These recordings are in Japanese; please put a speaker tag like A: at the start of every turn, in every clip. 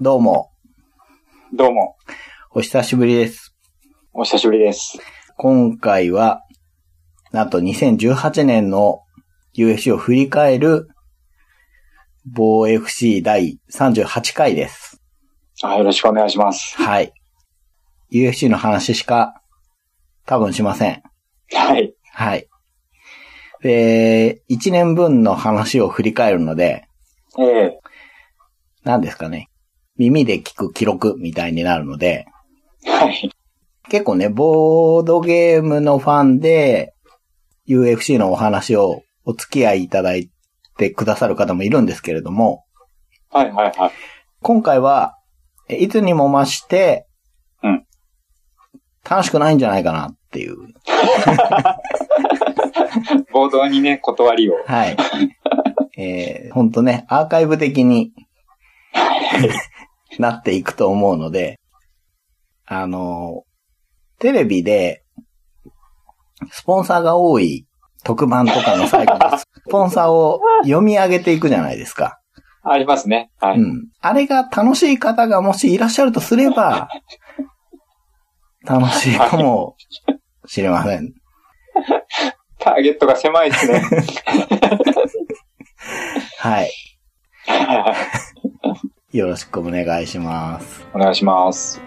A: どうも、
B: どうも、
A: お久しぶりです。
B: お久しぶりです。
A: 今回は、なんと2018年の UFC を振り返る、防 FC 第38回です。
B: あよろしくお願いします。
A: はい。UFC の話しか、多分しません。
B: はい。
A: はい。で、1年分の話を振り返るので、
B: ええ
A: 何ですかね。耳で聞く記録みたいになるので、
B: はい。
A: 結構ね、ボードゲームのファンで、UFC のお話をお付き合いいただいてくださる方もいるんですけれども、
B: はいはいはい。
A: 今回は、えいつにも増して、
B: うん
A: 楽しくないんじゃないかなっていう。
B: 冒頭にね、断りを。
A: はい。えー、ほんとね、アーカイブ的になっていくと思うので、あの、テレビで、スポンサーが多い特番とかの最後 に、スポンサーを読み上げていくじゃないですか。
B: ありますね。は
A: う
B: い。
A: ん。あれが楽しい方がもしいらっしゃるとすれば、楽しいかもしれません。
B: ターゲットが狭いで すね。
A: はい。 よろしくお願いします。
B: お願いします。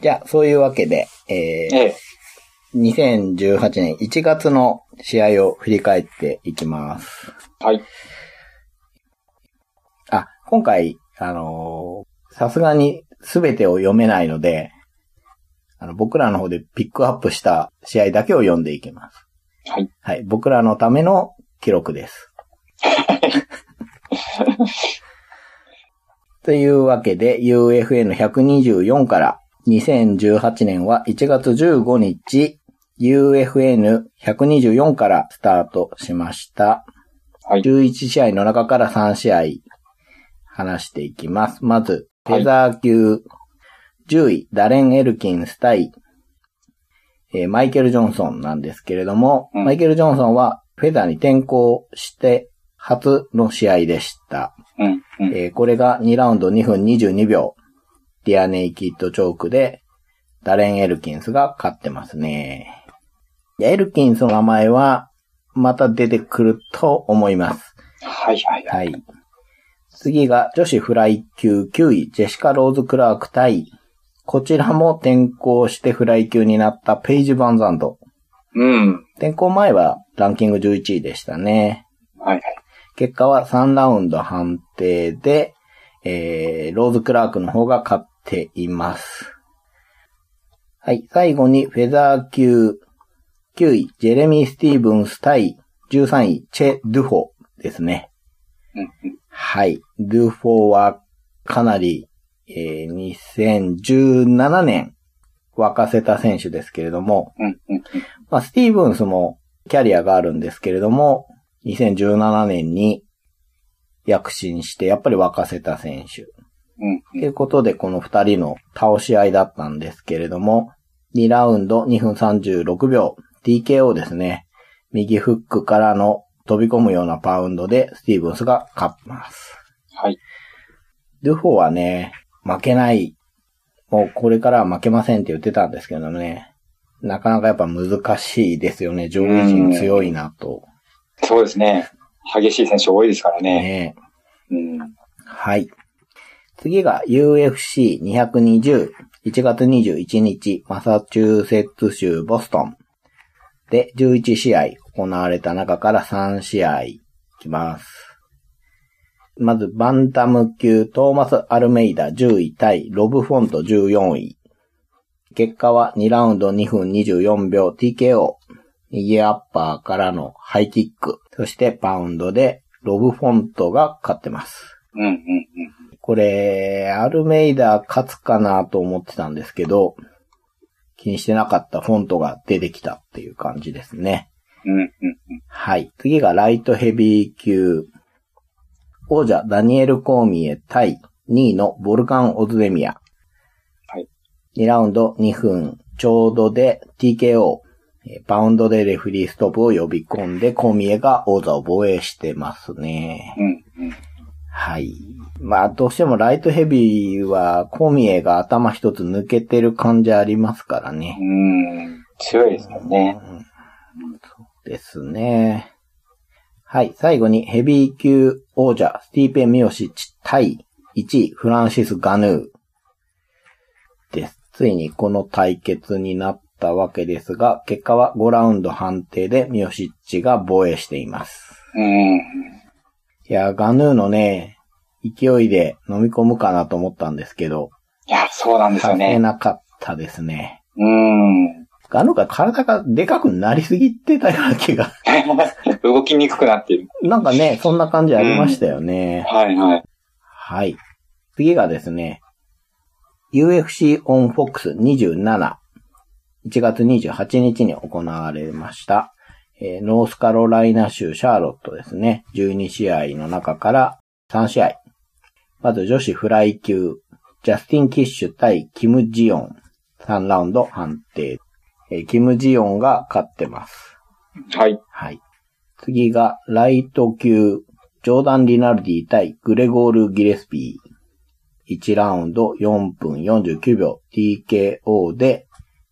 A: じゃあ、そういうわけで、
B: え
A: え
B: え
A: ー、2018年1月の試合を振り返っていきます。
B: はい。
A: あ、今回、あのーさすがに全てを読めないので、あの、僕らの方でピックアップした試合だけを読んでいきます。
B: はい。
A: はい、僕らのための記録です。というわけで、UFN124 から、2018年は1月15日、UFN124 からスタートしました。
B: はい。
A: 11試合の中から3試合話していきます。まず、フ
B: はい
A: ェザー級10位、ダレン・エルキンス対、えーマイケル・ジョンソンなんですけれども、
B: うん
A: マイケル・ジョンソンはフェザーに転向して初の試合でした。
B: うん。うん。
A: えーこれが2ラウンド2分22秒、ディアネイキッドチョークで、ダレン・エルキンスが勝ってますね。でエルキンスの名前は、また出てくると思います。
B: はいはいはい。
A: はい。次が女子フライ級9位、ジェシカ・ローズ・クラーク対、こちらも転校してフライ級になったペイジ・バンザンド。
B: うん。
A: 転校前はランキング11位でしたね。
B: はいはい。
A: 結果は3ラウンド判定で、えー、ローズ・クラークの方が勝っています。はい、最後にフェザー級9位、ジェレミー・スティーブンス対13位、チェ・ドゥホですね。
B: うんうん。
A: はい。ルーフォーはかなり、えー2017年沸かせた選手ですけれども、
B: うんうん。
A: まあ、スティーブンスもキャリアがあるんですけれども、2017年に躍進して、やっぱり沸かせた選手。
B: うんう
A: と
B: ん。
A: いうことで、この二人の倒し合いだったんですけれども、2ラウンド2分36秒、TKO ですね。右フックからの飛び込むようなパウンドで、スティーブンスが勝ってます。
B: はい。
A: ルフォはね、負けない。もうこれからは負けませんって言ってたんですけどね。なかなかやっぱ難しいですよね。上位陣強いなと。
B: そうですね。激しい選手多いですからね。
A: ね
B: うん。
A: はい。次が UFC220。1月21日、マサチューセッツ州ボストン。で、11試合行われた中から3試合いきます。まず、バンタム級、トーマス・アルメイダ10位対、ロブ・フォント14位。結果は2ラウンド2分24秒 TKO、右アッパーからのハイキック、そしてパウンドでロブフォントが勝ってます。
B: うんうんうん。
A: これ、アルメイダー勝つかなと思ってたんですけど、気にしてなかったフォントが出てきたっていう感じですね。
B: うんうんうん。
A: はい。次がライトヘビー級。王者ダニエル・コーミエ対2位のボルカン・オズデミア。
B: はい。
A: 2ラウンド2分ちょうどで TKO。えーパウンドでレフェリーストップを呼び込んで、コーミエが王座を防衛してますね。
B: うんうん。
A: はい。まあ、どうしてもライトヘビーは、コーミエが頭一つ抜けてる感じありますからね。
B: うん。強いですもんね。
A: そうですね。はい。最後にヘビー級王者、スティーペ・ミヨシッチ対1位、フランシス・ガヌーです。ついにこの対決になったわけですが、結果は5ラウンド判定でミヨシッチが防衛しています。
B: うん。
A: いやー、ガヌーのね、勢いで飲み込むかなと思ったんですけど、
B: いや、そうなんです
A: さ
B: よ
A: せ
B: ね。
A: なかったですね。
B: うん。
A: ガヌーが体がでかくなりすぎてたような気が。
B: 動きにくくなっている。
A: なんかね、そんな感じありましたよね。
B: はいはい。
A: はい。次がですね、UFC on Fox 27、1月28日に行われました、えーノースカロライナ州シャーロットですね、12試合の中から3試合。まず女子フライ級、ジャスティン・キッシュ対キム・ジヨン、3ラウンド判定。えーキム・ジヨンが勝ってます。
B: はい。
A: はい。次が、ライト級、ジョーダン・リナルディ対グレゴール・ギレスピー。1ラウンド4分49秒 TKO で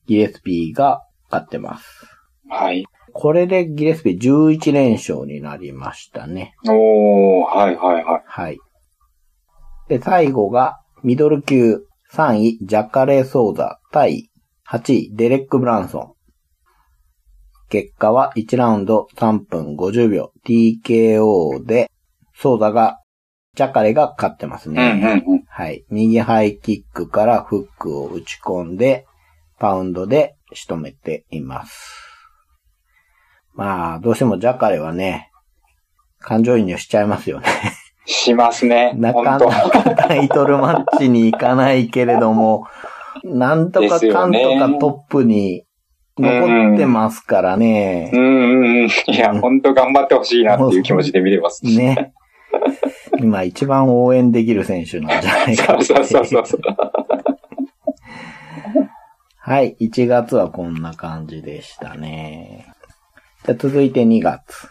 A: ギレスピーが勝ってます。
B: はい。
A: これでギレスピー11連勝になりましたね。
B: おー、はいはいはい。
A: はい。で、最後がミドル級3位ジャカレ・ソーザ対8位デレック・ブランソン。結果は1ラウンド3分50秒 TKO でソーザが、ジャカレが勝ってます
B: う
A: ね。
B: んうんうん。
A: はい。右ハイキックからフックを打ち込んで、パウンドで仕留めています。まあ、どうしてもジャカレはね、感情移入しちゃいますよね。
B: しますね。
A: な
B: ほ
A: か
B: ん
A: な
B: と。
A: かタイトルマッチに行かないけれども、なんとかかん
B: です
A: と
B: よ
A: か
B: ね
A: トップに残ってますから
B: う
A: ね。
B: んうんうん。いや、ほんと頑張ってほしいなっていう気持ちで見れます。
A: ね。今一番応援できる選手なんじゃないか
B: そ
A: って
B: う
A: い
B: そうそうそうそう。
A: はい、1月はこんな感じでしたね。じゃあ続いて2月。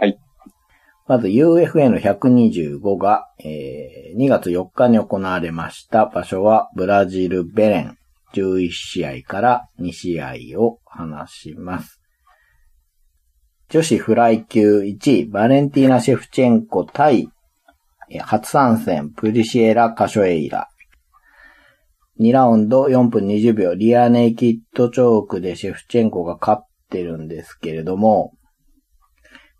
B: はい。
A: まず UFN125 が、えー2月4日に行われました。場所はブラジル・ベレン。11試合から2試合を話します。女子フライ級1位、バレンティーナ・シェフチェンコ対、えー初参戦、プリシエラ・カショエイラ。2ラウンド4分20秒、リアネイキッドチョークでシェフチェンコが勝ってるんですけれども、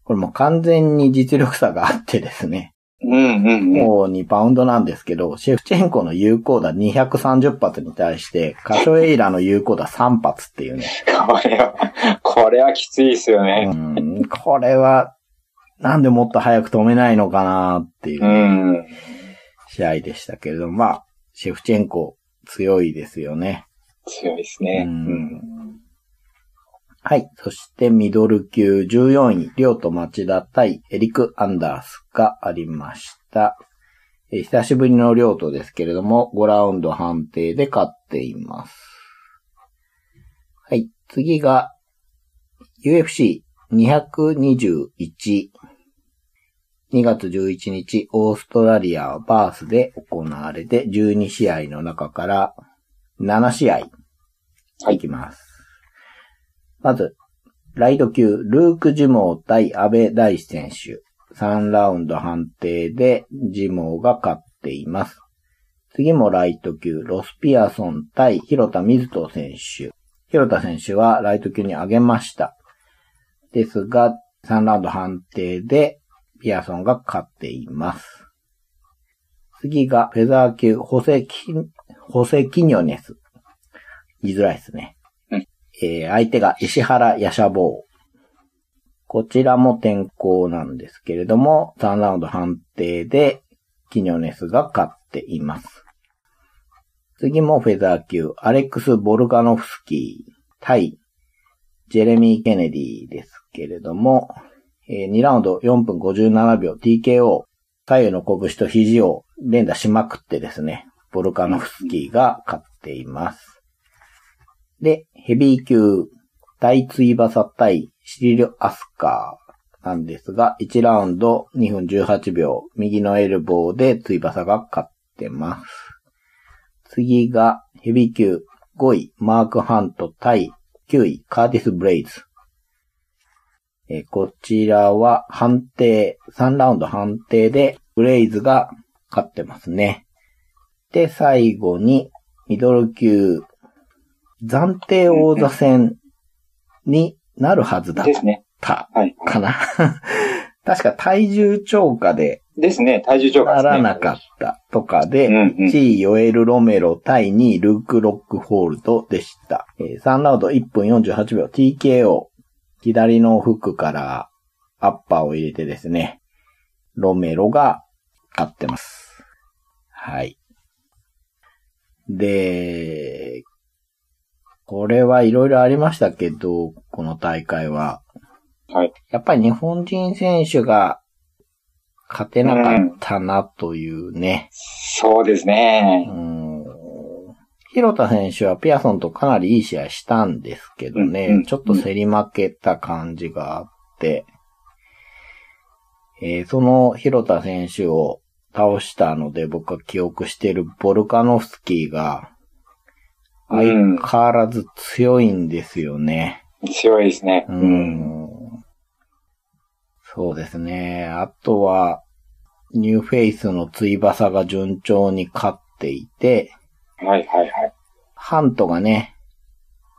A: これもう完全に実力差があってですね、
B: うんうんうん。
A: もう2パウンドなんですけど、シェフチェンコの有効打230発に対して、カショエイラの有効打3発っていうね、
B: これは、これはきついですよね。。
A: うん、これは、なんでもっと早く止めないのかなっていううん試合でしたけれども、まあ、シェフチェンコ強いですよね。
B: 強いですね。
A: う
B: うんん。
A: はい。そして、ミドル級14位、リョウと町田対エリク・アンダースがありました。えー久しぶりのリョウとですけれども、5ラウンド判定で勝っています。はい。次が、UFC221。2月11日、オーストラリアバースで行われて、12試合の中から7試合
B: はい
A: いきます。まず、ライド級、ルーク・ジモー対安倍大志選手。3ラウンド判定で、ジモーが勝っています。次もライト級、ロスピアソン対広田水斗選手。広田選手はライト級に上げました。ですが、3ラウンド判定で、ピアソンが勝っています。次が、フェザー級、ホセキ、ホセキニョネス。言いづらいですね。
B: うん
A: えー相手が石原ヤシャボウ。こちらも天候なんですけれども、3ラウンド判定で、キニョネスが勝っています。次もフェザー級、アレックス・ボルガノフスキー対ジェレミー・ケネディですけれども、えー2ラウンド4分57秒 TKO、左右の拳と肘を連打しまくってですね、ボルカノフスキーが勝っています。で、ヘビー級、大ツイバサ対シリル・アスカーなんですが、1ラウンド2分18秒、右のエルボーでツイバサが勝ってます。次が、ヘビー級、5位、マーク・ハント対9位、カーティス・ブレイズ。えーこちらは判定、3ラウンド判定で、ブレイズが勝ってますね。で、最後に、ミドル級、暫定王座戦になるはずだっ
B: ですね。
A: た
B: はい。
A: かな。 確か体重超過で
B: ですね。体重超過
A: な
B: ですね。
A: らなかったとかで、
B: うんうん
A: 1位ヨエル・ロメロ対2位ルーク・ロックホールドでした。えー3ラウンド1分48秒 TKO。左のフックからアッパーを入れてですね、ロメロが勝ってます。はい。で、これはいろいろありましたけど、この大会は。
B: はい。
A: やっぱり日本人選手が勝てなかったなというね。
B: そうです
A: う
B: ね。
A: ん。広田選手はピアソンとかなりいい試合したんですけどね、
B: うんうん
A: ちょっと競り負けた感じがあって、えーその広田選手を倒したので僕が記憶しているボルカノフスキーが相変わらず強いんですよね。
B: 強いですね。
A: う
B: うん。
A: んそうですね。あとは、ニューフェイスのツイバサが順調に勝っていて、
B: はいはいはい。
A: ハントがね、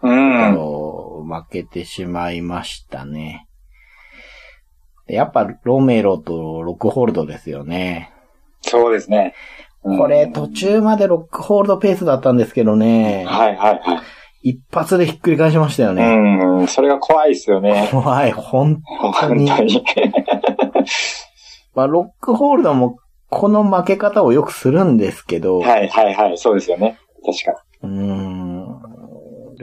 B: う
A: あ
B: ん。
A: の負けてしまいましたね。でやっぱロメロとロックホールドですよね。
B: そうですね。うん
A: これ途中までロックホールドペースだったんですけどね、
B: はいはいはい。
A: 一発でひっくり返しましたよね。
B: うん、それが怖いですよ ね。
A: 怖い、本当
B: 本
A: に。
B: 当に。
A: まあ、ロックホールドもこの負け方をよくするんですけど、
B: はいはいはい、そうですよね。確か。
A: うーん。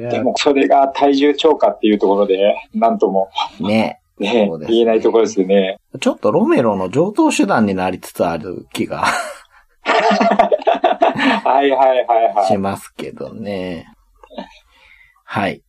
B: でも、それが体重超過っていうところで、なんとも、
A: ね、
B: ね
A: そうですね
B: 言えないところですよね。
A: ちょっとロメロの上等手段になりつつある気が
B: はいはいはいは
A: し
B: い。
A: ますけどね。はい。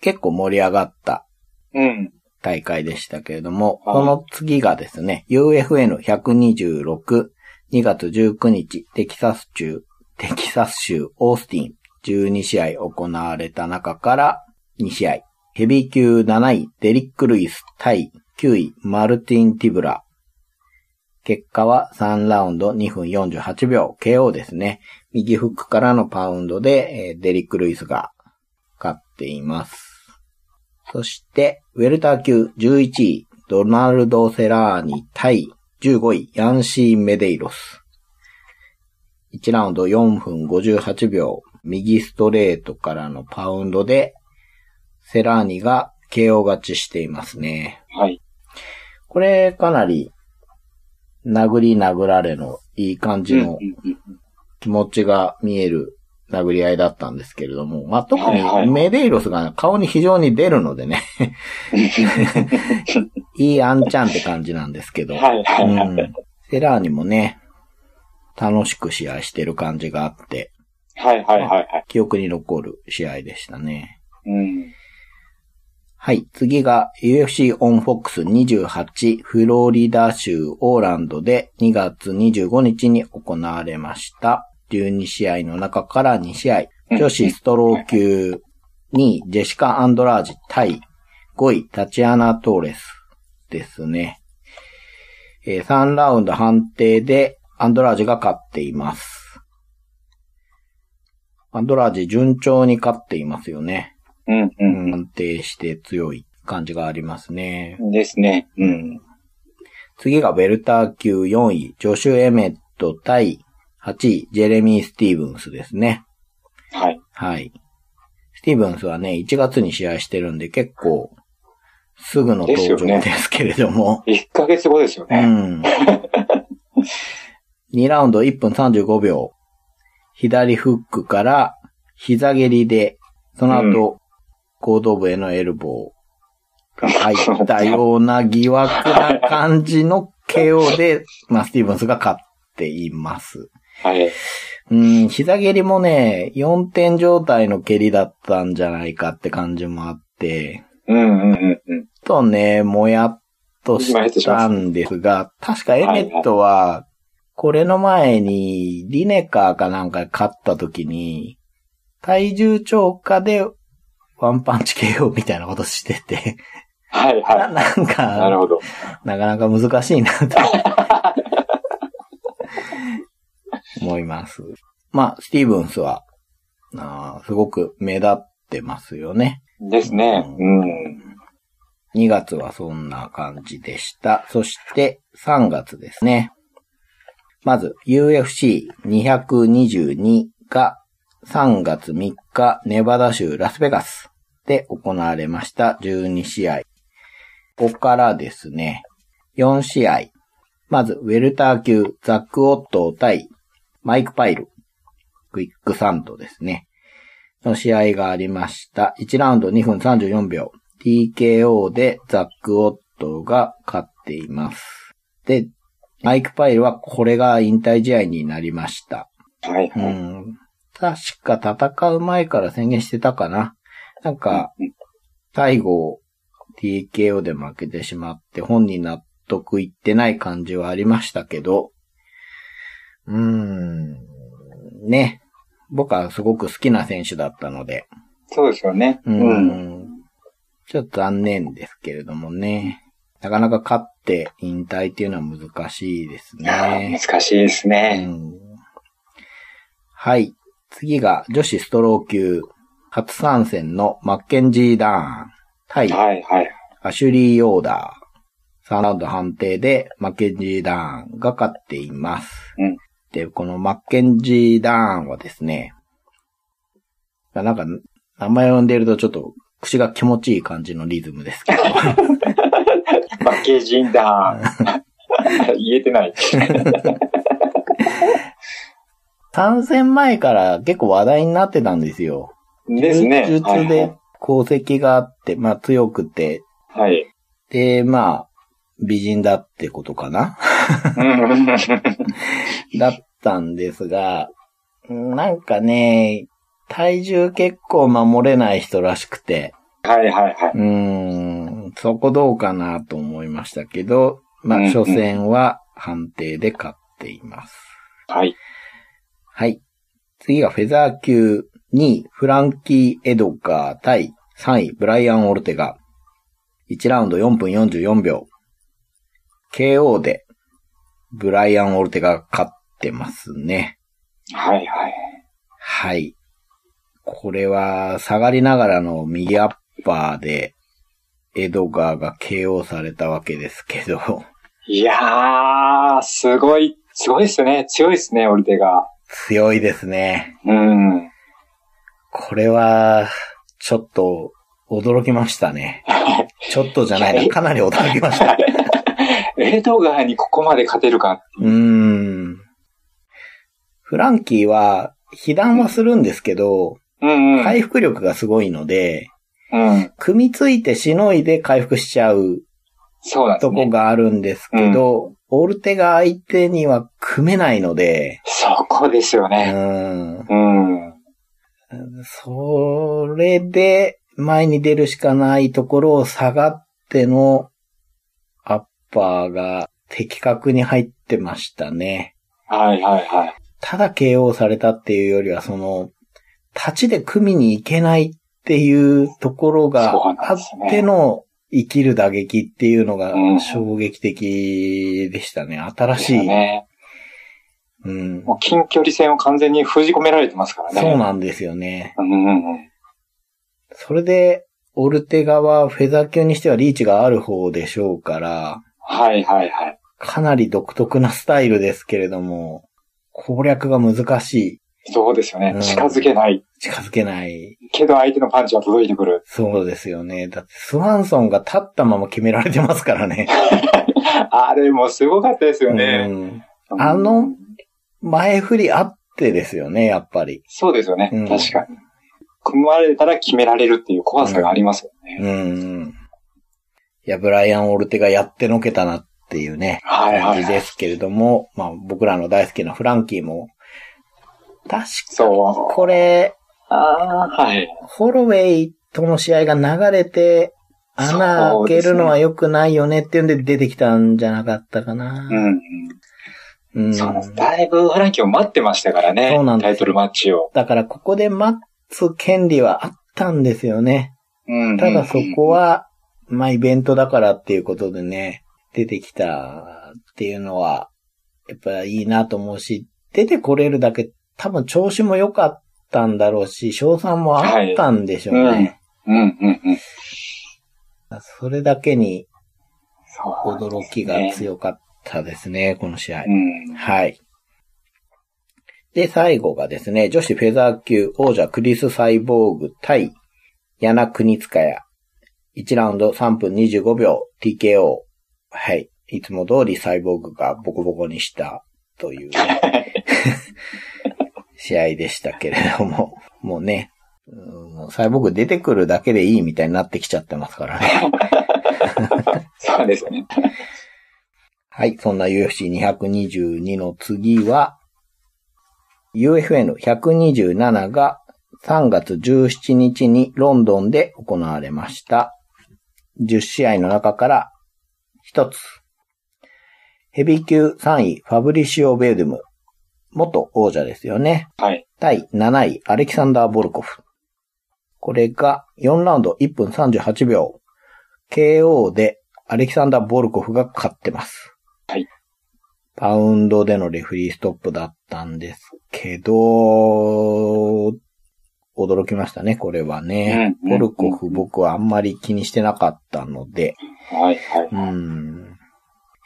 A: 結構盛り上がった
B: うん。
A: 大会でしたけれども、
B: はい
A: この次がですね、UFN126、2月19日、テキサス州、テキサス州オースティン、12試合行われた中から2試合、ヘビー級7位、デリック・ルイス対9位、マルティン・ティブラ。結果は3ラウンド2分48秒、KO ですね。右フックからのパウンドで、えーデリック・ルイスが勝っています。そして、ウェルター級11位、ドナルド・セラーニ対15位、ヤンシー・メデイロス。1ラウンド4分58秒、右ストレートからのパウンドで、セラーニが KO 勝ちしていますね。
B: はい。
A: これ、かなり、殴り殴られのいい感じ
B: うんう
A: の
B: んうん
A: 気持ちが見える殴り合いだったんですけれども、まあ、特
B: はいはい
A: にメデイロスが顔に非常に出るので ね、いいあんちゃんって感じなんですけど、
B: はいはいうはい。
A: ん、セラーにもね、楽しく試合してる感じがあって、
B: はいはいはいはい。
A: 記憶に残る試合でしたね。
B: うん。
A: はい、次が UFC オンフォックス28フロリダ州オーランドで2月25日に行われました。12試合の中から2試合。女子ストロー級2位、ジェシカ・アンドラージ対5位、タチアナ・トーレスですね。えー3ラウンド判定でアンドラージが勝っています。アンドラージ順調に勝っていますよね。
B: うんう
A: うんん安定して強い感じがありますね
B: う。ん。ですね。うん。
A: 次がベルター級4位、ジョシュ・エメット対8位、ジェレミー・スティーブンスですね。
B: はい。
A: はい。スティーブンスはね、1月に試合してるんで結構、すぐの登
B: ですよ
A: 場
B: ね
A: ですけれども、
B: 1ヶ月後ですよね。
A: うん。2ラウンド1分35秒。左フックから膝蹴りで、その後、後頭部へのエルボーが入ったような疑惑な感じの KO で、 まあ、スティーブンスが勝っています。
B: はい。
A: うん、膝蹴りもね、4点状態の蹴りだったんじゃないかって感じもあって、
B: うんうんうんうん。
A: ちょっとね、もやっとしたんですが、確かエネットは、これの前に、リネカーかなんか勝った時に、体重超過で、ワンパンチ KO みたいなことしてて、
B: はい
A: な
B: は
A: なん
B: い。なる
A: か、
B: ほど。
A: なかなか難しいなと、思います。まあ、スティーブンスは、あーすごく目立ってますよね。
B: ですね。うん。
A: 2月はそんな感じでした。そして3月ですね。まず UFC222 が3月3日ネバダ州ラスベガスで行われました12試合。ここからですね、4試合。まずウェルター級ザック・オットー対マイク・パイル、クイック・サンドですね。の試合がありました。1ラウンド2分34秒。TKO でザック・オットーが勝っています。で、マイク・パイルはこれが引退試合になりました。
B: はいうはい。
A: ん。確か戦う前から宣言してたかな。なんか、最後、TKO で負けてしまって本人納得いってない感じはありましたけど、うーん、ね。僕はすごく好きな選手だったので、
B: そうですよね。
A: う
B: うん。
A: ん。ちょっと残念ですけれどもね。なかなか勝って引退っていうのは難しいです
B: いや
A: ね
B: ー。難しいですね。
A: うんはい。次が女子ストロー級初参戦のマッケンジー・ダーン対
B: はいはい。
A: アシュリー・オーダー。3ラウンド判定でマッケンジー・ダーンが勝っています。
B: うん
A: で、このマッケンジー・ダーンはですね、なんか名前を呼んでるとちょっと口が気持ちいい感じのリズムです けど。
B: パッケージンだ。 言え てない。
A: 参戦前から結構話題になってたんですよ。
B: ですね。
A: 柔
B: は
A: 術
B: い
A: で功績があって、まあ強くて、
B: はい。
A: で、まあ、美人だってことか な
B: うん
A: だったんですが、なんかね、体重結構守れない人らしくて、
B: はいはいは
A: うーん、そこどうかなと思いましたけど、ま
B: うんう
A: あ、
B: ん
A: 初戦は判定で勝っています。
B: い。はい。
A: はい。次がフェザー級2位、フランキー・エドガー対3位、ブライアン・オルテガ。1ラウンド4分44秒。KO で、ブライアン・オルテガが勝ってますね。
B: はいはい。
A: はい。これは、下がりながらの右アッパーで、エドガーが KO されたわけですけど、
B: いやー、すごい、すごいですね。強いですね、オルテが。
A: 強いですね。
B: うん。
A: これは、ちょっと、驚きました ね。ちょっとじゃないな、かなり驚きました。
B: エドガーにここまで勝てるか。
A: うーん。フランキーは、被弾はするんですけど、
B: うんうん。
A: 回復力がすごいので、
B: うん。
A: 組みついてしのいで回復しちゃう
B: そうなんで
A: と
B: す
A: こ
B: ね。
A: があるんですけど、オルテが相手には組めないので、
B: そこですよ
A: う
B: ね。
A: ーん。
B: うん。
A: それで、前に出るしかないところを下がっての、アッパーが的確に入ってましたね。
B: はいはいはい。
A: ただ KO されたっていうよりは、その、立ちで組みに行けないっていうところが
B: そうな
A: あ
B: ん
A: っ
B: ですね
A: ての、生きる打撃っていうのが
B: うん
A: 衝撃的でしたね。新
B: です
A: し
B: よ
A: い。
B: ね。
A: うん。
B: もう近距離戦を完全に封じ込められてますからね。
A: そうなんですよね。
B: うんうんうん。
A: それで、オルテガはフェザー級にしてはリーチがある方でしょうから、
B: はいはいはい。
A: かなり独特なスタイルですけれども、攻略が難し
B: そうですよ
A: うん
B: ね。近づけない。
A: い。近づけない。
B: けど相手のパンチが届いてくる。
A: そうですよね。だって、スワンソンが立ったまま決められてますからね。
B: あれもすごかったですよね。
A: うん。あの、前振りあってですよね、やっぱり。
B: そうですよね。
A: うん
B: 確かに。組まれたら決められるっていう怖さがありますよね。
A: うん。いや、ブライアン・オルテがやってのけたなっていうね、
B: はいは
A: 感
B: い
A: じ。ですけれども、まあ僕らの大好きなフランキーも、確
B: そ
A: か
B: う。
A: これ、
B: ああー、はい。
A: ホロウェイとの試合が流れて、穴開けるのは良くないよねっていうんで出てきたんじゃなかったかな。
B: うんうん。
A: うん
B: そうなんです。だいぶフランキーを待ってましたからね。
A: そうなんですよ
B: タイトルマッチを。
A: だからここで待つ権利はあったんですよね。
B: うんうん
A: ただそこ。は、まあイベントだからっていうことでね、出てきたっていうのは、やっぱいいなと思うし、出てこれるだけ多分調子も良かったんだろうし、賞賛もあったんでしょうね。
B: はいうんうんうん。
A: それだけに
B: そう。
A: 驚きが強かったですね、この試合。
B: うん。
A: はい。で、最後がですね、女子フェザー級王者クリス・サイボーグ対ヤナ・クニツカヤ。1ラウンド3分25秒 TKO。はい。いつも通りサイボーグがボコボコにしたというね、 試合でしたけれども、もうね、うんサイボーグ出てくるだけでいいみたいになってきちゃってますからね。
B: そうですよね。
A: はい、そんな UFC222 の次は、UFN127 が3月17日にロンドンで行われました。10試合の中から1つ。ヘビー級3位、ファブリシオ・ベルム。元王者ですよね。
B: はい。
A: 第7位、アレキサンダー・ボルコフ。これが4ラウンド1分38秒。KO でアレキサンダー・ボルコフが勝ってます。
B: はい。
A: パウンドでのレフェリーストップだったんですけど、驚きましたね、これはね。
B: うん
A: ボルコフ僕はあんまり気にしてなかったので、
B: はいはい。
A: うん。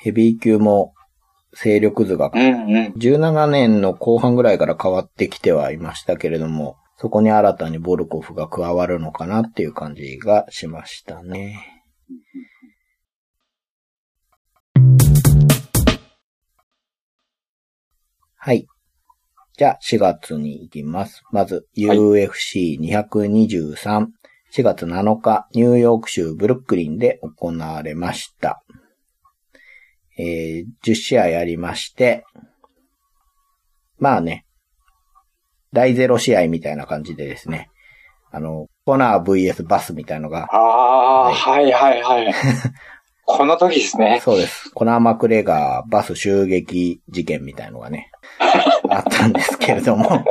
A: ヘビー級も勢力図が
B: うんうん。
A: 17年の後半ぐらいから変わってきてはいましたけれども、そこに新たにボルコフが加わるのかなっていう感じがしましたね。はい。じゃあ4月に行きます。まず
B: はい
A: UFC223、4月7日ニューヨーク州ブルックリンで行われました。えー10試合ありまして、まあね、第0試合みたいな感じでですね、あの、コナー VS バスみたいのが、
B: ああ、はいはいはい。この時ですね。
A: そうです。コナー・マクレガーバス襲撃事件みたいのがね、あったんですけれども、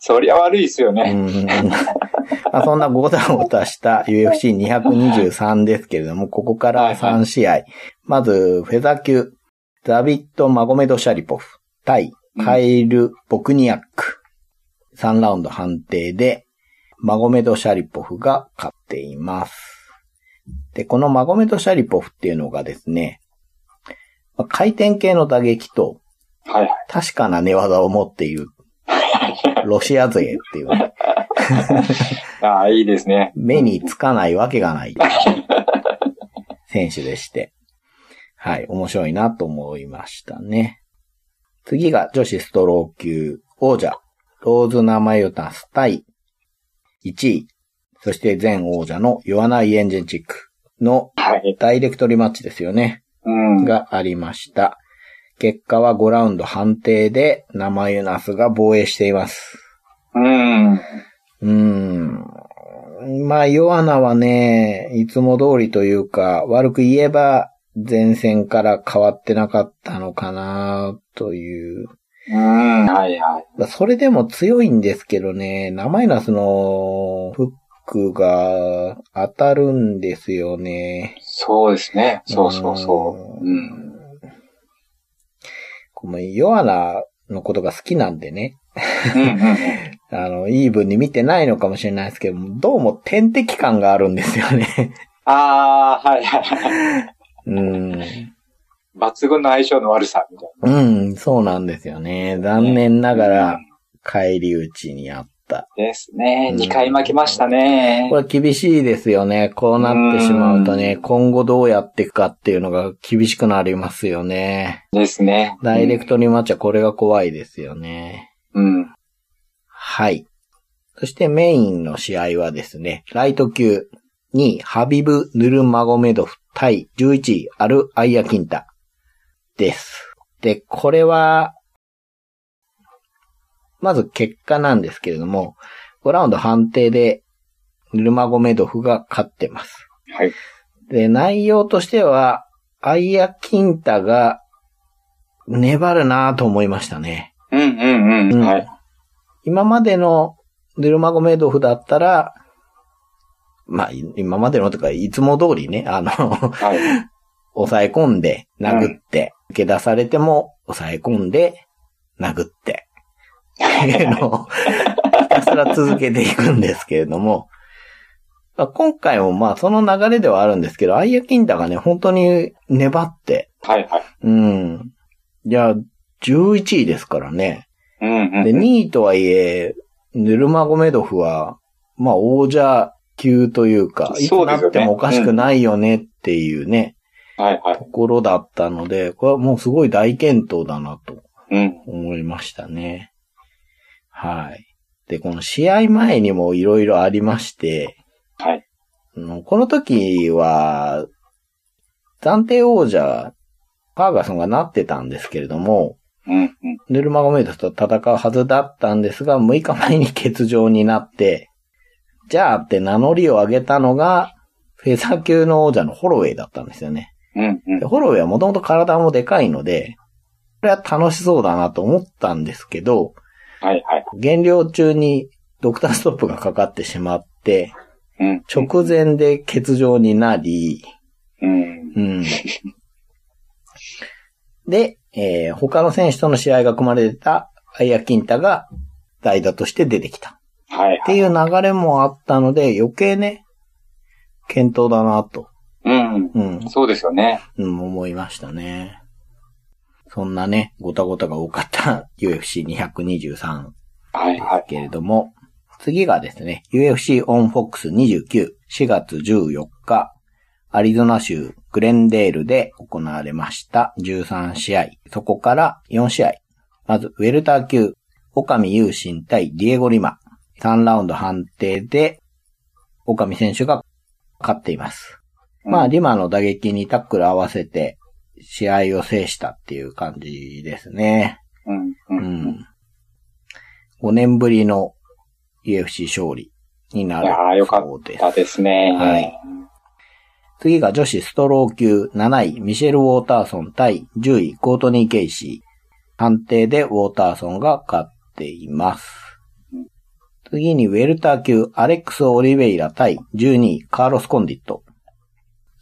B: そりゃ悪いですよ
A: う
B: ね。
A: ん まあ、そんな5段を足した UFC223 ですけれども、ここから3試合。まず、フェザー級、ザビット・マゴメド・シャリポフ対カイル・ボクニアック。3ラウンド判定で、マゴメド・シャリポフが勝っています。で、このマゴメド・シャリポフっていうのがですね、まあ回転系の打撃と
B: はいはい。
A: 確かな寝技を持っている、ロシア勢っていうね、
B: ああ、いいですね。
A: 目につかないわけがない選手でして。はい、面白いなと思いましたね。次が女子ストロー級王者、ローズ・ナマヨタス対1位、そして前王者のヨアナイ・エンジェンチックの
B: はい。
A: ダイレクトリマッチですよね。
B: うん。
A: がありました。結果は5ラウンド判定でナマユナスが防衛しています。
B: うん。
A: うーん。まあ、ヨアナはね、いつも通りというか、悪く言えば、前線から変わってなかったのかな、という。
B: うん。はいはい。
A: まあそれでも強いんですけどね、ナマイナスのフックが当たるんですよね。
B: そうですね。そうそうそう。うん。
A: このヨアナのことが好きなんでね、
B: うんうんうん。
A: あの、イーブンに見てないのかもしれないですけど、どうも天敵感があるんですよね。
B: ああ、はいはいはい。
A: うん。
B: 抜群の相性の悪さ、みたい
A: うん、そうなんですよね。残念ながら、返り討ちにあっった。
B: ですね。
A: うん
B: 2回負けましたね
A: こ。れ厳しいですよね。こうなってしまうとね、
B: うん
A: 今後どうやっていくかっていうのが厳しくなりますよね。
B: ですね。
A: ダイレクトにマッチはこれが怖いですよね。
B: うん。
A: はい。そしてメインの試合はですね、ライト級2位ハビブ・ヌルマゴメドフ対11位アル・アイア・キンタです。で、これは、まず結果なんですけれども、5ラウンド判定でヌルマゴメドフが勝ってます。
B: はい。
A: で、内容としては、アイア・キンタが粘るなぁと思いましたね。
B: うんうんう。
A: うんん
B: はい。
A: 今までのデルマゴメドフだったら、まあ、い今までのとか、いつも通りね、あの、
B: はい。
A: 抑え込んで、殴って、受け出されても、抑え込んで、殴って、っていうのを、ひたすら続けていくんですけれども、まあ今回もまあ、その流れではあるんですけど、アイアキンタがね、本当に粘って、
B: はいはい。
A: うん。いや、11位ですからね。
B: うんうん。
A: で、2位とはいえ、ヌルマゴメドフは、まあ、王者級というか、いつ
B: そうで
A: な
B: すよね
A: ってもおかしくないよねっていうね、
B: はいはい
A: と。ころだったので、これはもうすごい大健闘だなと
B: うん。
A: 思いましたね。はい。で、この試合前にもいろいろありまして、
B: はい。
A: あのこの時は、暫定王者、ファーガソンがなってたんですけれども、
B: うんうん。
A: ヌルマゴメドフと戦うはずだったんですが、6日前に欠場になって、じゃあって名乗りを上げたのが、フェザー級の王者のホロウェイだったんですよね。
B: うんうん
A: で。ホロウェイはもともと体もでかいので、これは楽しそうだなと思ったんですけど、
B: はいはい。
A: 減量中にドクターストップがかかってしまって、
B: うん。
A: 直前で欠場になり、
B: うん。
A: うん。で、えー他の選手との試合が組まれてたアイアキンタが代打として出てきた。
B: はい
A: っ
B: は
A: て
B: い。
A: いう流れもあったので、余計ね、検討だなと、
B: うん。
A: うん、
B: そうですよね。
A: うん思いましたね。そんなね、ごたごたが多かった UFC223
B: はいはい。
A: けれども、次がですね、UFC on Fox 29、4月14日、アリゾナ州グレンデールで行われました13試合。そこから4試合。まず、ウェルター級、岡見優信対ディエゴリマ。3ラウンド判定で、岡見選手が勝っています。まあ、リマの打撃にタックル合わせて、試合を制したっていう感じですね。
B: うんうん
A: う
B: うん。
A: ん。5年ぶりの UFC 勝利にないる
B: やーよか
A: そう
B: っ
A: です
B: た。ですね。
A: はい次が女子ストロー級7位、ミシェル・ウォーターソン対10位、コートニー・ケイシー。判定でウォーターソンが勝っています。次にウェルター級、アレックス・オリベイラ対12位、カーロス・コンディット。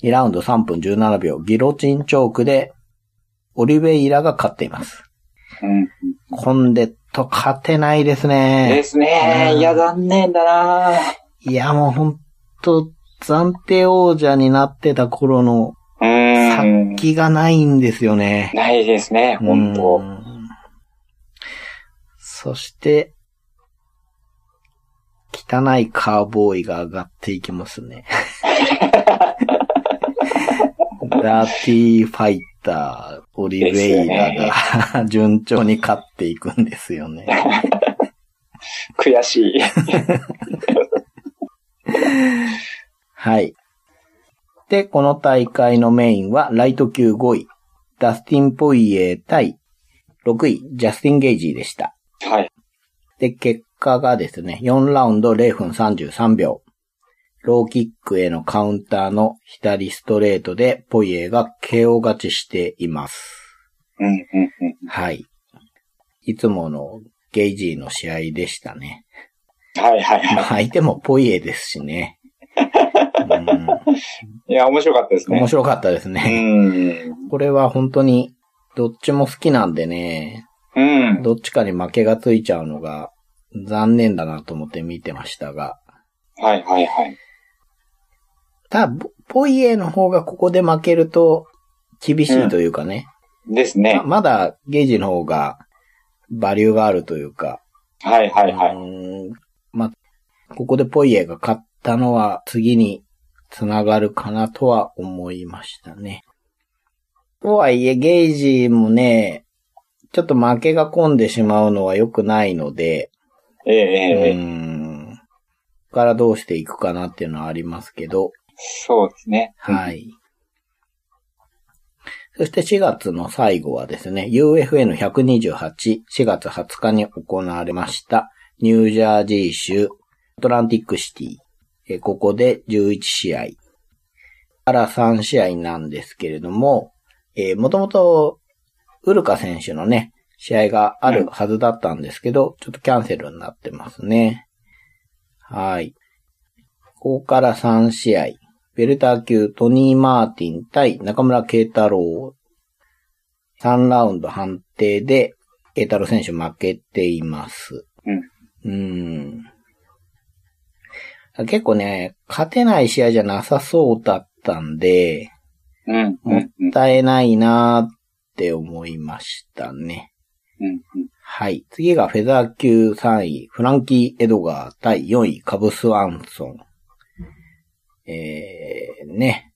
A: 2ラウンド3分17秒、ギロチンチョークで、オリベイラが勝っています。
B: うんうん。
A: コンデット勝てないですね。
B: ですね。いや、残念だない
A: や、もうほんと、暫定王者になってた頃の
B: うーん。
A: 気がないんですよね。
B: ないですね、本
A: う
B: 当
A: んそして、汚いカーボーイが上がっていきます ね。ダーティーファイター、オリベイ
B: で
A: ラが 順調に勝っていくんですよね。
B: 悔しい。
A: はい。で、この大会のメインは、ライト級5位、ダスティン・ポイエー対6位、ジャスティン・ゲイジーでした。
B: はい。
A: で、結果がですね、4ラウンド0分33秒。ローキックへのカウンターの左ストレートで、ポイエーが KO 勝ちしています。
B: うん、うん、うん。
A: はい。いつものゲイジーの試合でしたね。
B: はい、はい、
A: まあ
B: は
A: 相手もポイエーですしね。うん
B: い。いや、面白かったですね。
A: 面白かったですね。
B: うん。
A: これは本当に、どっちも好きなんでね、
B: うん。
A: どっちかに負けがついちゃうのが、残念だなと思って見てましたが。
B: はい、はい、はい。
A: ただ、ポポイエの方がここで負けると、厳しいというかね、
B: ですね
A: ま。まだゲージの方が、バリューがあるというか、
B: はい、はい、は
A: うーんまあ、ここでポイエが勝ったのは次につながるかなとは思いましたね。とはいえ、ゲイジもね、ちょっと負けが込んでしまうのは良くないので、う
B: ええええええ
A: ーん。ここからどうしていくかなっていうのはありますけど、
B: そうですね。
A: はい。そして4月の最後はですね、UFN128、4月20日に行われました、ニュージャージー州、アトランティックシティ。えーここで11試合。から3試合なんですけれども、えー、もともと、ウルカ選手のね、試合があるはずだったんですけど、ちょっとキャンセルになってますね。はい。ここから3試合。ベルター級トニー・マーティン対中村慶太郎。3ラウンド判定で、慶太郎選手負けています。
B: うん。
A: うーん。結構ね、勝てない試合じゃなさそうだったんで、
B: うん。う
A: もっ
B: ん。うん。
A: たいないなーって思いましたね。
B: うん。うん
A: はい。次がフェザー級3位、フランキー・エドガー対4位、カブス・ワンソン。えー、ね。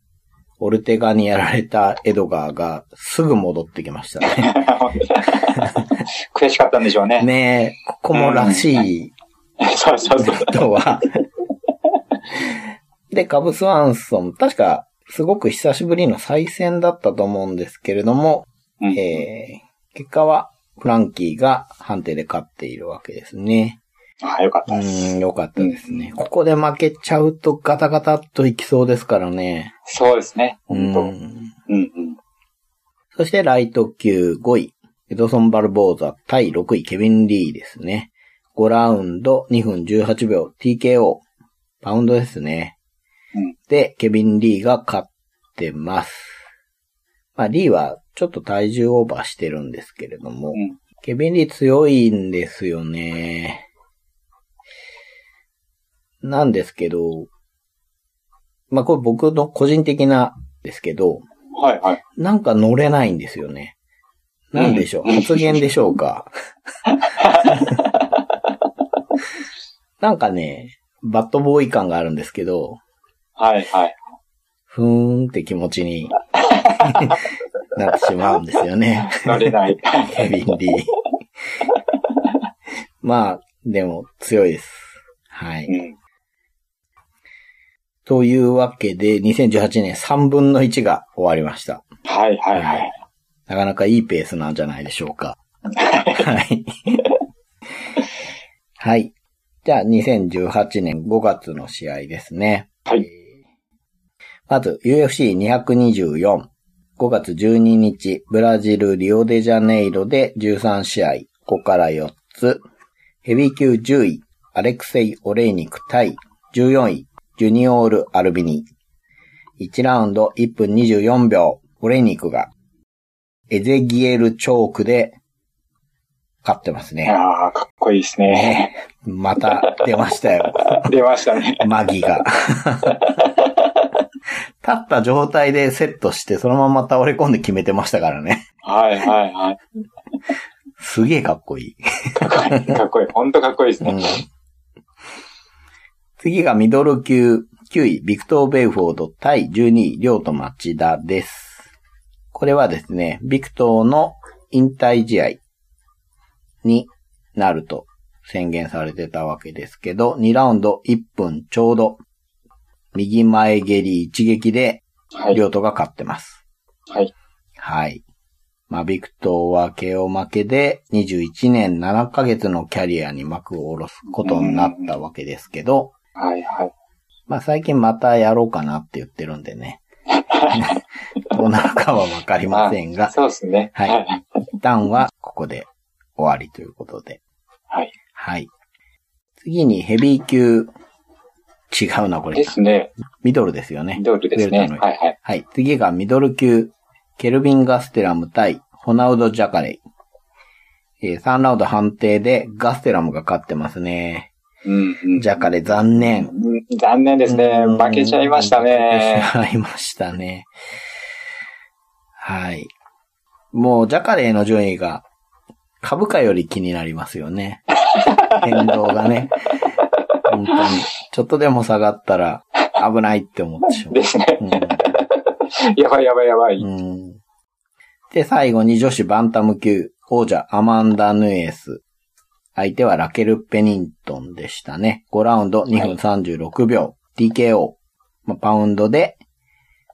A: オルテガにやられたエドガーがすぐ戻ってきました ね。
B: 悔しかったんでしょうね。
A: ねえ、ここもらしい
B: そうそうそう。
A: とは。で、カブス・ワンソン、確かすごく久しぶりの再戦だったと思うんですけれども、
B: うん
A: えー、結果はフランキーが判定で勝っているわけですね。
B: ああ、よかった
A: う
B: です。
A: ん、よかったですね。ここで負けちゃうとガタガタっといきそうですからね。
B: そうですね。
A: う
B: 本当。うん
A: ん。
B: うん。
A: そしてライト級5位、エドソン・バルボーザ対6位、ケビン・リーですね。5ラウンド2分18秒 TKO。パウンドですね。
B: うん
A: で、ケビン・リーが勝ってます。まあ、リーはちょっと体重オーバーしてるんですけれども。
B: うん。
A: ケビン・リー強いんですよね。なんですけど、まあ、これ僕の個人的なですけど、
B: はいはい。
A: なんか乗れないんですよね。なんでしょう、
B: うん
A: 発言でしょう か。なんかね、バッドボーイ感があるんですけど、
B: はいはい。
A: ふーんって気持ちになってしまうんですよね。
B: 乗れない。
A: ケビン・リー。まあ、でも強いです。は
B: う
A: い。
B: ん。
A: というわけで、2018年3分の1が終わりました。
B: はいはいはい。
A: なかなかいいペースなんじゃないでしょうか。はい。はい。じゃあ、2018年5月の試合ですね。
B: はい。
A: まず、UFC224。5月12日、ブラジル・リオデジャネイロで13試合、5から4つ。ヘビー級10位、アレクセイ・オレイニク対14位、ジュニオール・アルビニ。1ラウンド1分24秒、オレイニクが、エゼギエル・チョークで、勝ってますね。
B: ああ、かっこいいですね。
A: ねまた出ましたよ。
B: 出ましたね。
A: マギが。立った状態でセットして、そのまま倒れ込んで決めてましたからね。
B: はいはいはい。
A: すげえかっこいい。
B: かっこいい。かっこいい。ほんとかっこいいです
A: う
B: ね
A: ん。次がミドル級9位、ビクトー・ベイフォード対12位、リョウと町田です。これはですね、ビクトーの引退試合になると宣言されてたわけですけど、2ラウンド1分ちょうど、右前蹴り一撃で、
B: はい
A: リ。ョウトが勝ってます。
B: はい。
A: はい。まあ、ビクトーは KO 負けで21年7ヶ月のキャリアに幕を下ろすことになったわけですけど、
B: はいはい。
A: まあ最近またやろうかなって言ってるんで ね。どうなるかはわかりませんが、
B: そうですね。
A: はい
B: はい。
A: 一旦はここで終わりということで。
B: はい。
A: はい。次にヘビー級、違うな、こ
B: で
A: れ。
B: すね。
A: ミドルですよね。
B: ドルです
A: ウェ
B: ね。
A: ルターの
B: はいはい。
A: はい。次がミドル級、ケルビン・ガステラム対ホナウド・ジャカレイ。えー、3ラウンド判定でガステラムが勝ってますね。
B: うんうん。
A: ジャカレイ残念。
B: うん残念ですね。
A: うん
B: 負けちゃいましたね。
A: 負けてしまいましたね。はい。もう、ジャカレイの順位が、 株価より気になりますよね。変動がね。本当に。ちょっとでも下がったら危ないって思ってしまう。
B: ですね。
A: うん
B: やばいやばいやばい。
A: うんで、最後に女子バンタム級王者アマンダ・ヌエス。相手はラケル・ペニントンでしたね。5ラウンド2分36秒。TKO。まあパウンドで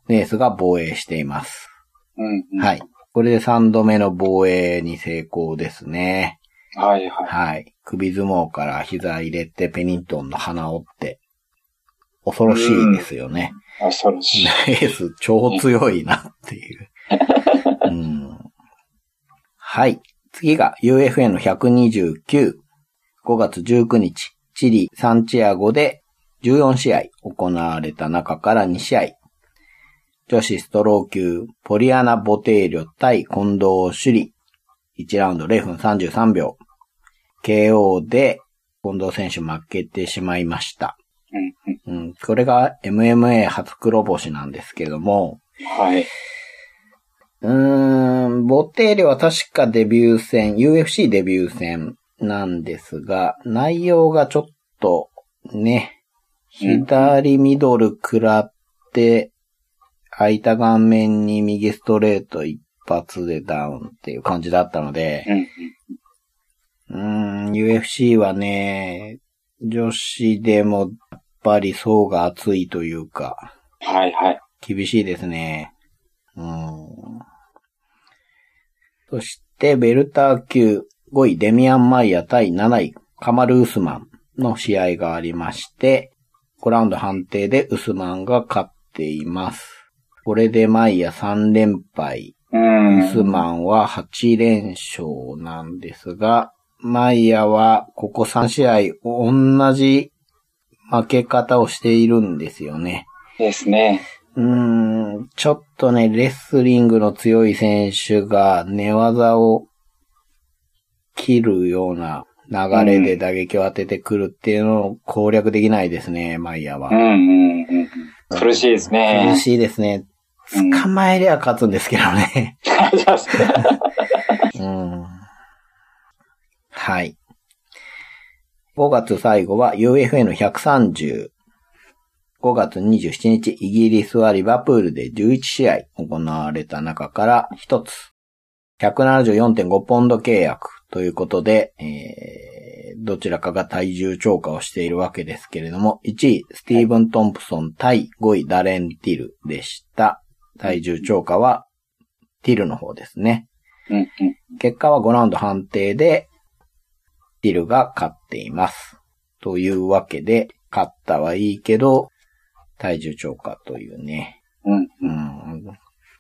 A: ヌエスが防衛しています。
B: うんうん。
A: はい。これで3度目の防衛に成功ですね。
B: はいは
A: はい。首相撲から膝入れてペニントンの鼻折って。恐ろしいですよね。
B: い。恐ろしい。
A: エース 超強いなっていう。うん、はい。次が UFA の129。5月19日、チリ・サンチアゴで14試合行われた中から2試合。女子ストロー級、ポリアナ・ボテーリョ対近藤朱里。1ラウンド0分33秒。KO で近藤選手負けてしまいました。
B: うんうん。
A: うん、これが MMA 初黒星なんですけども、
B: はい。
A: うーん、ボッテーレは確かデビュー戦、UFC デビュー戦なんですが、内容がちょっとね、
B: うん
A: 左ミドル食らって、空いた顔面に右ストレート一発でダウンっていう感じだったので、
B: うんうん。
A: うーん、UFC はね、女子でもやっぱり層が厚いというか、
B: はいはい。
A: 厳しいですね。うん。そして、ベルター級5位、デミアン・マイヤ対7位、カマル・ウスマンの試合がありまして、5ラウンド判定でウスマンが勝っています。これでマイヤ3連敗、
B: うん。
A: ウスマンは8連勝なんですが、マイヤはここ3試合同じ負け方をしているんですよね。
B: ですね。
A: うーん、ちょっとね、レスリングの強い選手が寝技を切るような流れで打撃を当ててくるっていうのを攻略できないですね、マイヤー
B: うん
A: は。
B: うんうんうん。苦しいです
A: 苦
B: ね。
A: しいですね。
B: うん
A: 捕まえりゃ勝つんですけどね。うん。はい。5月最後は UFA の130。5月27日、イギリスはリバプールで11試合行われた中から1つ。174.5ポンド契約ということで、えー、どちらかが体重超過をしているわけですけれども、1位、スティーブン・トンプソン対5位、ダレン・ティルでした。体重超過は、ティルの方ですね。
B: うんうん。
A: 結果は5ラウンド判定で、ティルが勝っています。というわけで、勝ったはいいけど、体重超過というね。
B: うん。
A: うん。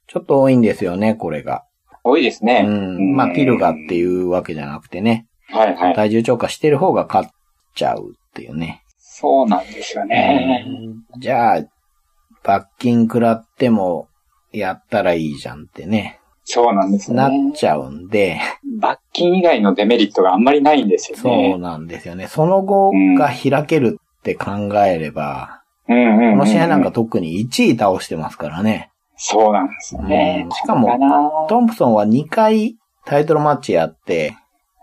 A: ちょっと多いんですよね、これが。
B: 多いです
A: う
B: ね。
A: ん。まあ、ティルがってい。うわけじゃなくてね。
B: はいはい。
A: 体重超過してる方が勝っちゃうっていうね。
B: そうなんですよね。
A: じゃあ、罰金食らっても、やったらいいじゃんってね。
B: そうなんです
A: な
B: よ
A: っ
B: ね。
A: ちゃうんで。
B: 罰金以外のデメリットがあんまりないんですよ
A: そう
B: ね。
A: なんですよね。その後が開けるって考えれば、
B: そう。うんうん。
A: この試合なんか。特に1位倒してますからね。
B: そうなんですよね
A: う。んしかも
B: これな
A: トンプソンは2回タイトルマッチやって、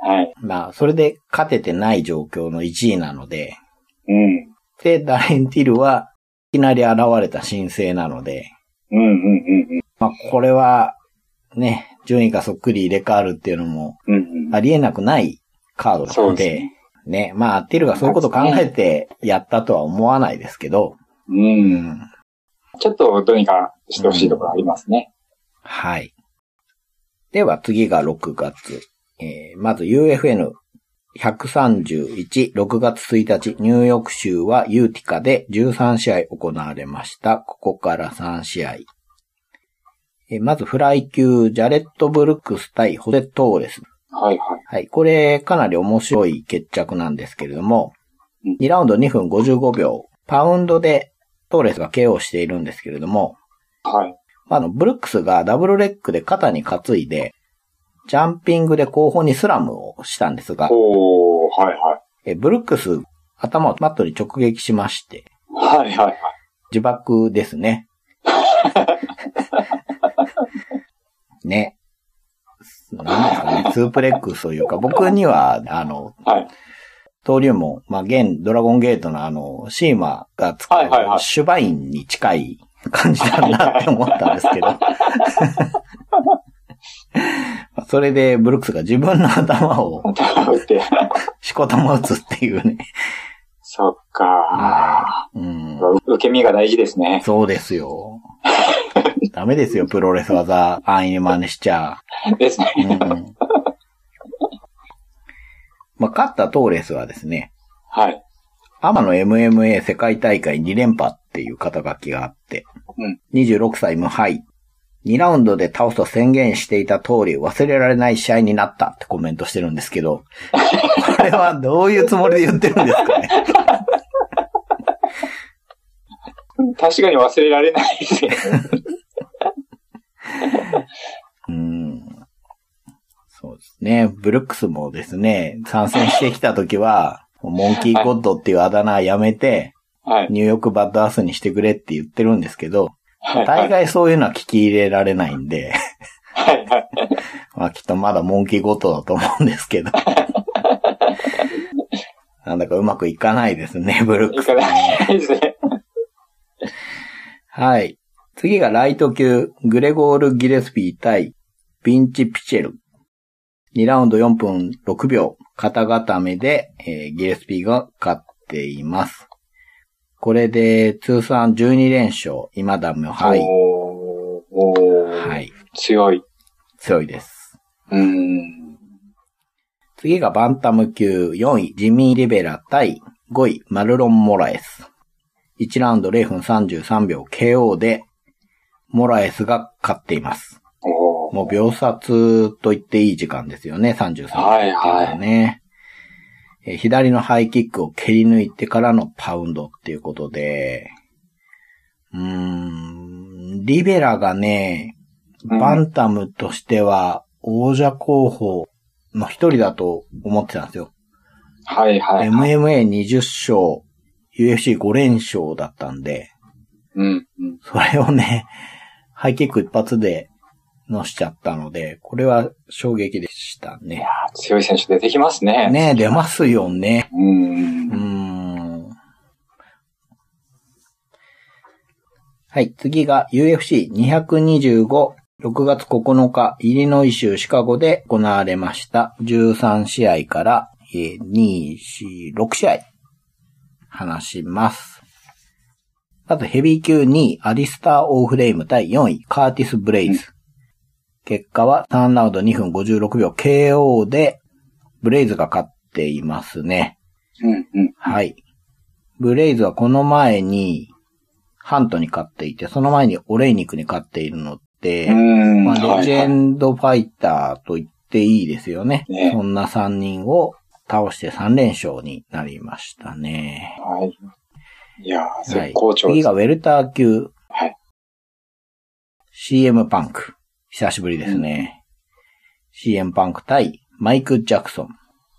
B: はい。
A: まあ、それで勝ててない状況の1位なので、
B: うん。
A: で、ダレンティルはいきなり現れた新星なので、
B: うんうんうん
A: まあ、これは、ね、順位がそっくり入れ替わるっていうのも
B: うん。うんうん
A: ありえなくないカードな
B: そ
A: の
B: う
A: で、
B: ですね。
A: ね、まあ、ティルがそういうこと考えてやったとは思わないですけど、
B: う。
A: うんん、
B: ちょっとどうにかしてほしいところありますね。
A: はい。では次が6月。えーまず UFN131、6月1日、ニューヨーク州はユーティカで13試合行われました。ここから3試合。えーまずフライ級、ジャレット・ブルックス対ホセ・トーレス。
B: はいは
A: はい。これ、かなり面白い決着なんですけれども
B: うん、
A: 2ラウンド2分55秒、パウンドでトーレスが KO しているんですけれども、
B: い。はい。
A: まあ、あの、ブルックスがダブルレッグで肩に担いで、ジャンピングで後方にスラムをしたんですが、
B: おー、はいは
A: えブルックス、頭をマットに直撃しまして、
B: い。はいはいはい。
A: 自爆ですね。ね。なんですかね、ツープレックスというか、僕には、あの、
B: はい。
A: 登竜門、まあ、現ドラゴンゲートのあの、シーマが使う、
B: はいはいはい
A: シュバインに近い感じだなって思ったんです けど。それで、ブルックスが自分の頭を
B: 頭打って。
A: しこたま打つっていうね。
B: そっか、
A: うん。
B: 受け身が大事ですね。
A: そうですよ。ダメですよ、プロレス技、安易に真似しちゃ。
B: ですね。
A: うん、まあ、勝ったトーレスはですね、
B: はい。
A: アマの MMA 世界大会2連覇っていう肩書きがあって、
B: うん
A: 26歳無敗。2ラウンドで倒すと宣言していた通り忘れられない試合になったってコメントしてるんですけ ど、これはどういうつもりで言ってるんですかね。
B: 確かに忘れられないですね。
A: うん。そうですね。ブルックスもですね、参戦してきた時は、モンキーゴッドっていうあだ名はやめて、
B: はい。
A: ニューヨークバッドアースにしてくれって言ってるんですけど、
B: はい。は
A: 大
B: い。
A: 概そういうのは聞き入れられないんで、
B: はい。はい
A: まあきっとまだモンキーゴッドだと思うんですけ ど。なんだかうまくいかないですね、ブルッ
B: い
A: クス
B: か。ないです ね。
A: はい。次がライト級、グレゴール・ギレスピー対、ビンチ・ピチェル。2ラウンド4分6秒、肩固めで、えーギレスピーが勝っています。これで通算12連勝、今だ無敗。
B: おーおー
A: はい。
B: 強い。
A: 強いです。
B: うーん。
A: 次がバンタム級4位、ジミー・リベラ対5位、マルロン・モラエス。1ラウンド0分33秒 KO で、モラエスが勝っています。
B: おー
A: もう秒殺と言っていい時間ですよね、33分っていうのはね。えー左のハイキックを蹴り抜いてからのパウンドっていうことで、うーん、リベラがね、
B: うん
A: バンタムとしては王者候補の一人だと思ってたんですよ。
B: はいはいはい。
A: MMA20 勝、UFC5 連勝だったんで、
B: うん。うん
A: それをね、ハイキック一発でのしちゃったので、これは衝撃でしたね。
B: あ強い選手出てきますね。
A: ねえ、出ますよね。
B: うー
A: うー
B: ん。
A: ん。はい、次が UFC225、6月9日、イリノイ州シカゴで行われました。13試合から、えー2、4、6試合、話します。まずヘビー級2位、アリスター・オーフレイム対4位、カーティス・ブレイズ。結果は3ラウンド2分56秒 KO で、ブレイズが勝っていますね。
B: うん。うん。
A: はい。ブレイズはこの前に、ハントに勝っていて、その前にオレイニックに勝っているので、
B: うん。
A: まあ、
B: は
A: レジ
B: いは
A: ェ
B: い。
A: ンドファイターと言っていいですよね。
B: ね
A: そんな3人を倒して3連勝になりましたね。
B: はい。いやー、
A: は
B: 絶
A: い
B: 好調で
A: 次
B: す。
A: がウェルター級、
B: はい。
A: CM パンク。久しぶりですね。CM パンク対マイク・ジャクソン。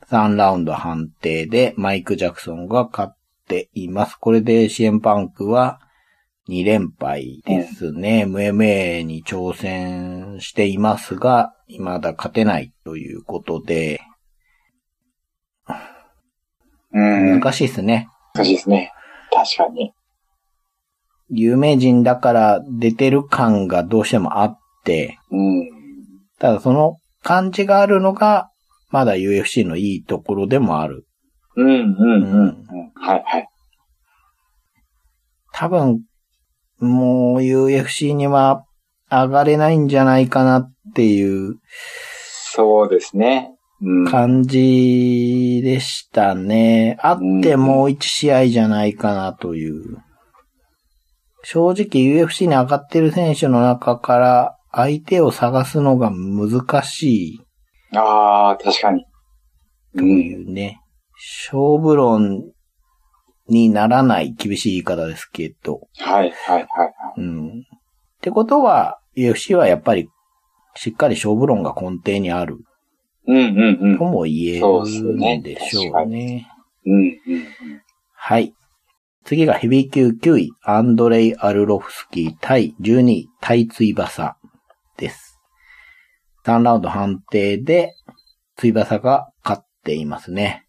A: 3ラウンド判定でマイク・ジャクソンが勝っています。これで CM パンクは2連敗ですね。MMA に挑戦していますが、未だ勝てないということで、
B: うん。難
A: 難しいですね。
B: しいですね。確かに。
A: 有名人だから出てる感がどうしてもあって、
B: うん。
A: ただその感じがあるのが、まだ UFC のいいところでもある。
B: うん、うん、
A: う
B: うんん。はい、はい。
A: 多分、もう UFC には上がれないんじゃないかなっていう
B: そうですね。うん。
A: 感じでしたね。あってもう1試合じゃないかなという。正直 UFC に上がってる選手の中から相手を探すのが難しい
B: ああ、確かに。
A: というね、勝負論にならない厳しい言い方ですけど、
B: はい、はい、はい。
A: うん。ってことは、UFC はやっぱり、しっかり勝負論が根底にある
B: うん、うん、
A: とも言え
B: そうっす
A: る
B: ね
A: んでしょう
B: 確
A: ね。
B: うん。うん、うん。
A: はい。次がヘビー級9位、アンドレイ・アルロフスキー対12位、タイツイバサです。3ラウンド判定で、ツイバサが勝っていますね。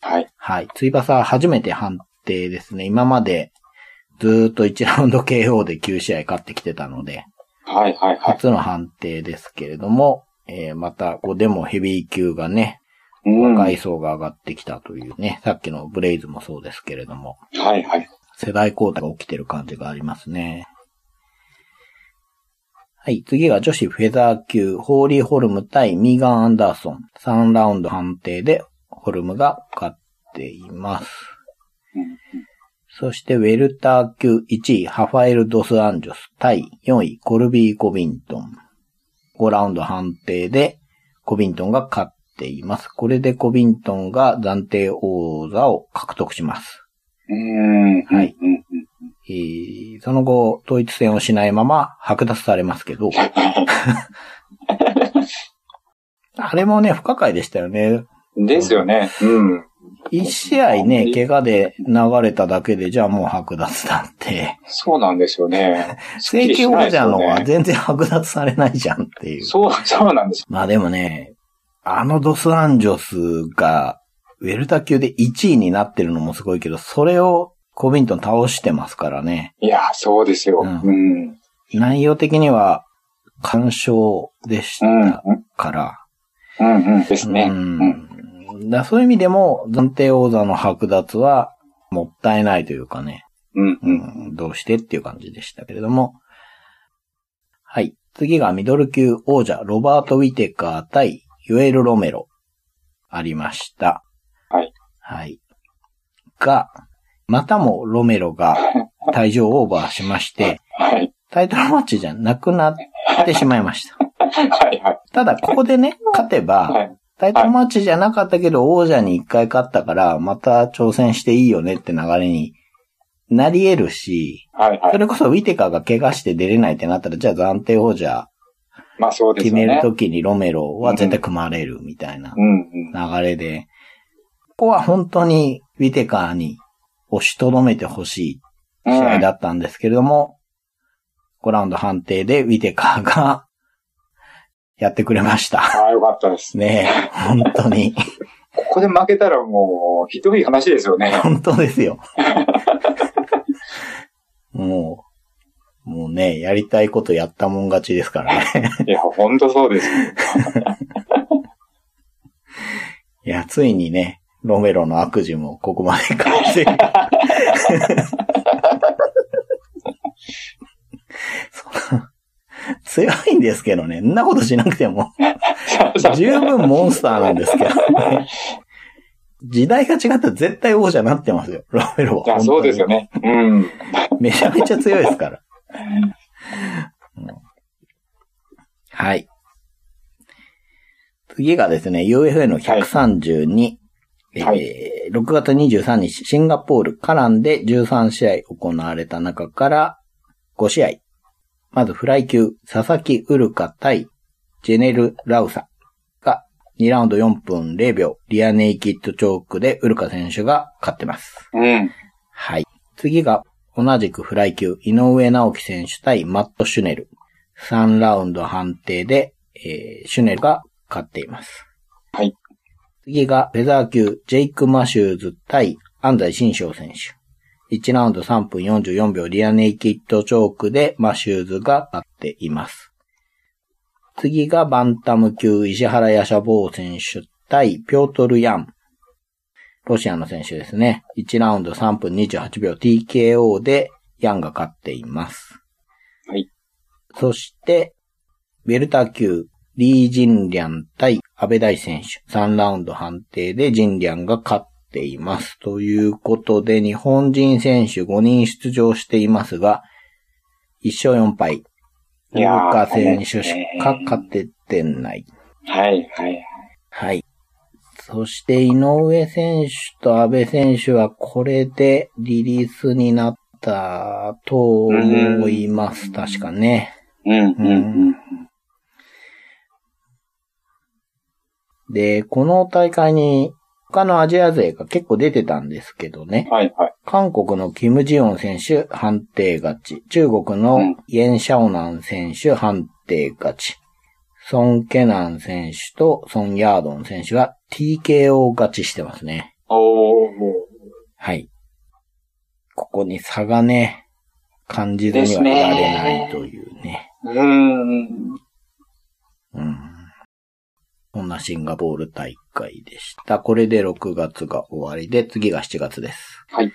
B: はい。
A: はい。ついばさ初めて判定ですね。今までずーっと1ラウンド KO で9試合勝ってきてたので、
B: はい、はい、はい。
A: 初の判定ですけれども、えーまた、こうでもヘビー級がね、
B: うん。は
A: 若
B: い、
A: い層が上がってきたというね、さっきのブレイズもそうですけれども、
B: はい。
A: 世代交代が起きてる感じがありますね。はい、次が女子フェザー級、ホーリー・ホルム対ミーガン・アンダーソン。3ラウンド判定で、ホルムが勝っています。
B: うん
A: そして、ウェルター級1位、ハファエル・ドス・アンジョス対4位、コルビー・コビントン。5ラウンド判定で、コビントンが勝っています。これでコビントンが暫定王座を獲得します。
B: うん。
A: はい
B: うん。うん。
A: えーその後、統一戦をしないまま剥奪されます けど。あれもね、不可解でしたよね。
B: うんですよね。うん。
A: 一試合ね、怪我で流れただけで、じゃあもう剥奪だって。
B: そうなん です よね。
A: 正規王者のは
B: ね
A: 全然剥奪されないじゃんっていう。
B: そう、そうなんです。
A: まあでもね、あのドスアンジョスが、ウェルター級で1位になってるのもすごいけど、それをコビントン倒してますからね。
B: いや、そうですよ。
A: う
B: うんん。うん。
A: 内容的には、干渉でし
B: うん。
A: たから。
B: うん。うんですね。
A: う
B: うん。
A: ん。だそういう意味でも、暫定王座の剥奪は、もったいないというかね、
B: うん。
A: う
B: うん。
A: ん、どうしてっていう感じでしたけれども。はい。次がミドル級王者、ロバート・ウィテカー対ユエル・ロメロ、ありました。
B: はい。
A: はい。が、またもロメロが退場オーバーしまして、
B: はい。
A: タイトルマッチじゃなくなってしまいました。
B: はい、はい。
A: ただ、ここでね、勝てば、
B: はい。
A: タイトルマッチじゃなかったけど、王者に一回勝ったから、また挑戦していいよねって流れになり得るし、
B: はい、は
A: そ
B: い。
A: れこそウィテカが怪我して出れないってなったら、じゃあ暫定王者
B: まあそうです
A: 決
B: よね。
A: めるときにロメロは絶対組まれるみたいな
B: うん。うん。
A: 流れで、ここは本当にウィテカに押しとどめてほしい試合だったんですけれども、5ラウンド判定でウィテカが やってくれました。
B: ああ、よかったです。
A: ねえ、本当に。
B: ここで負けたらもう、ひどい話ですよ ね。
A: 本当ですよ。もう、もうね、やりたいことやったもん勝ちですからね。
B: いや、ほんとそうです。
A: いや、ついにね、ロメロの悪事もここまで完成。 その強いんですけどね、んなことしなくても。 十分モンスターなんですけどね。時代が違ったら絶対王者になってますよ、ロメロは。
B: い
A: 本当
B: や、
A: に
B: そうですよね。うん。
A: めちゃめちゃ強いですから。うんはい。次がですね、UFA の132。
B: はい
A: えー6月23日、シンガポール、カランで13試合行われた中から5試合。まずフライ級、佐々木ウルカ対ジェネル・ラウサが2ラウンド4分0秒、リアネイキッドチョークでウルカ選手が勝ってます。
B: うん。
A: はい。次が、同じくフライ級、井上直樹選手対マット・シュネル。3ラウンド判定で、えーシュネルが勝っています。
B: はい。
A: 次が、フェザー級、ジェイク・マシューズ対安西新章選手。1ラウンド3分44秒、リアネイキッドチョークでマシューズが勝っています。次が、バンタム級、石原ヤシャボー選手対ピョートル・ヤン。ロシアの選手ですね。1ラウンド3分28秒 TKO でヤンが勝っています。
B: はい。
A: そして、ウェルター級、リー・ジンリャン対安倍大選手。3ラウンド判定でジンリャンが勝っています。ということで、日本人選手5人出場していますが、1勝4敗。ウ
B: い
A: ル
B: やー
A: カ選手しか勝ててない。
B: はい、はい。
A: はい。そして、井上選手と安部選手はこれでリリースになったと思います。確かね。
B: うん、うん、うん。
A: で、この大会に他のアジア勢が結構出てたんですけどね。
B: はい、はい。
A: 韓国のキム・ジヨン選手判定勝ち。中国
B: う
A: の
B: ん
A: イェン・シャオナン選手判定勝ち。ソン・ケナン選手とソン・ヤードン選手が TKO 勝ちしてますね。
B: おー、
A: はい。ここに差がね、感じずにはいられないというね。
B: うーん。
A: うん。こんなシンガポール大会でした。これで6月が終わりで、次が7月です。
B: はい。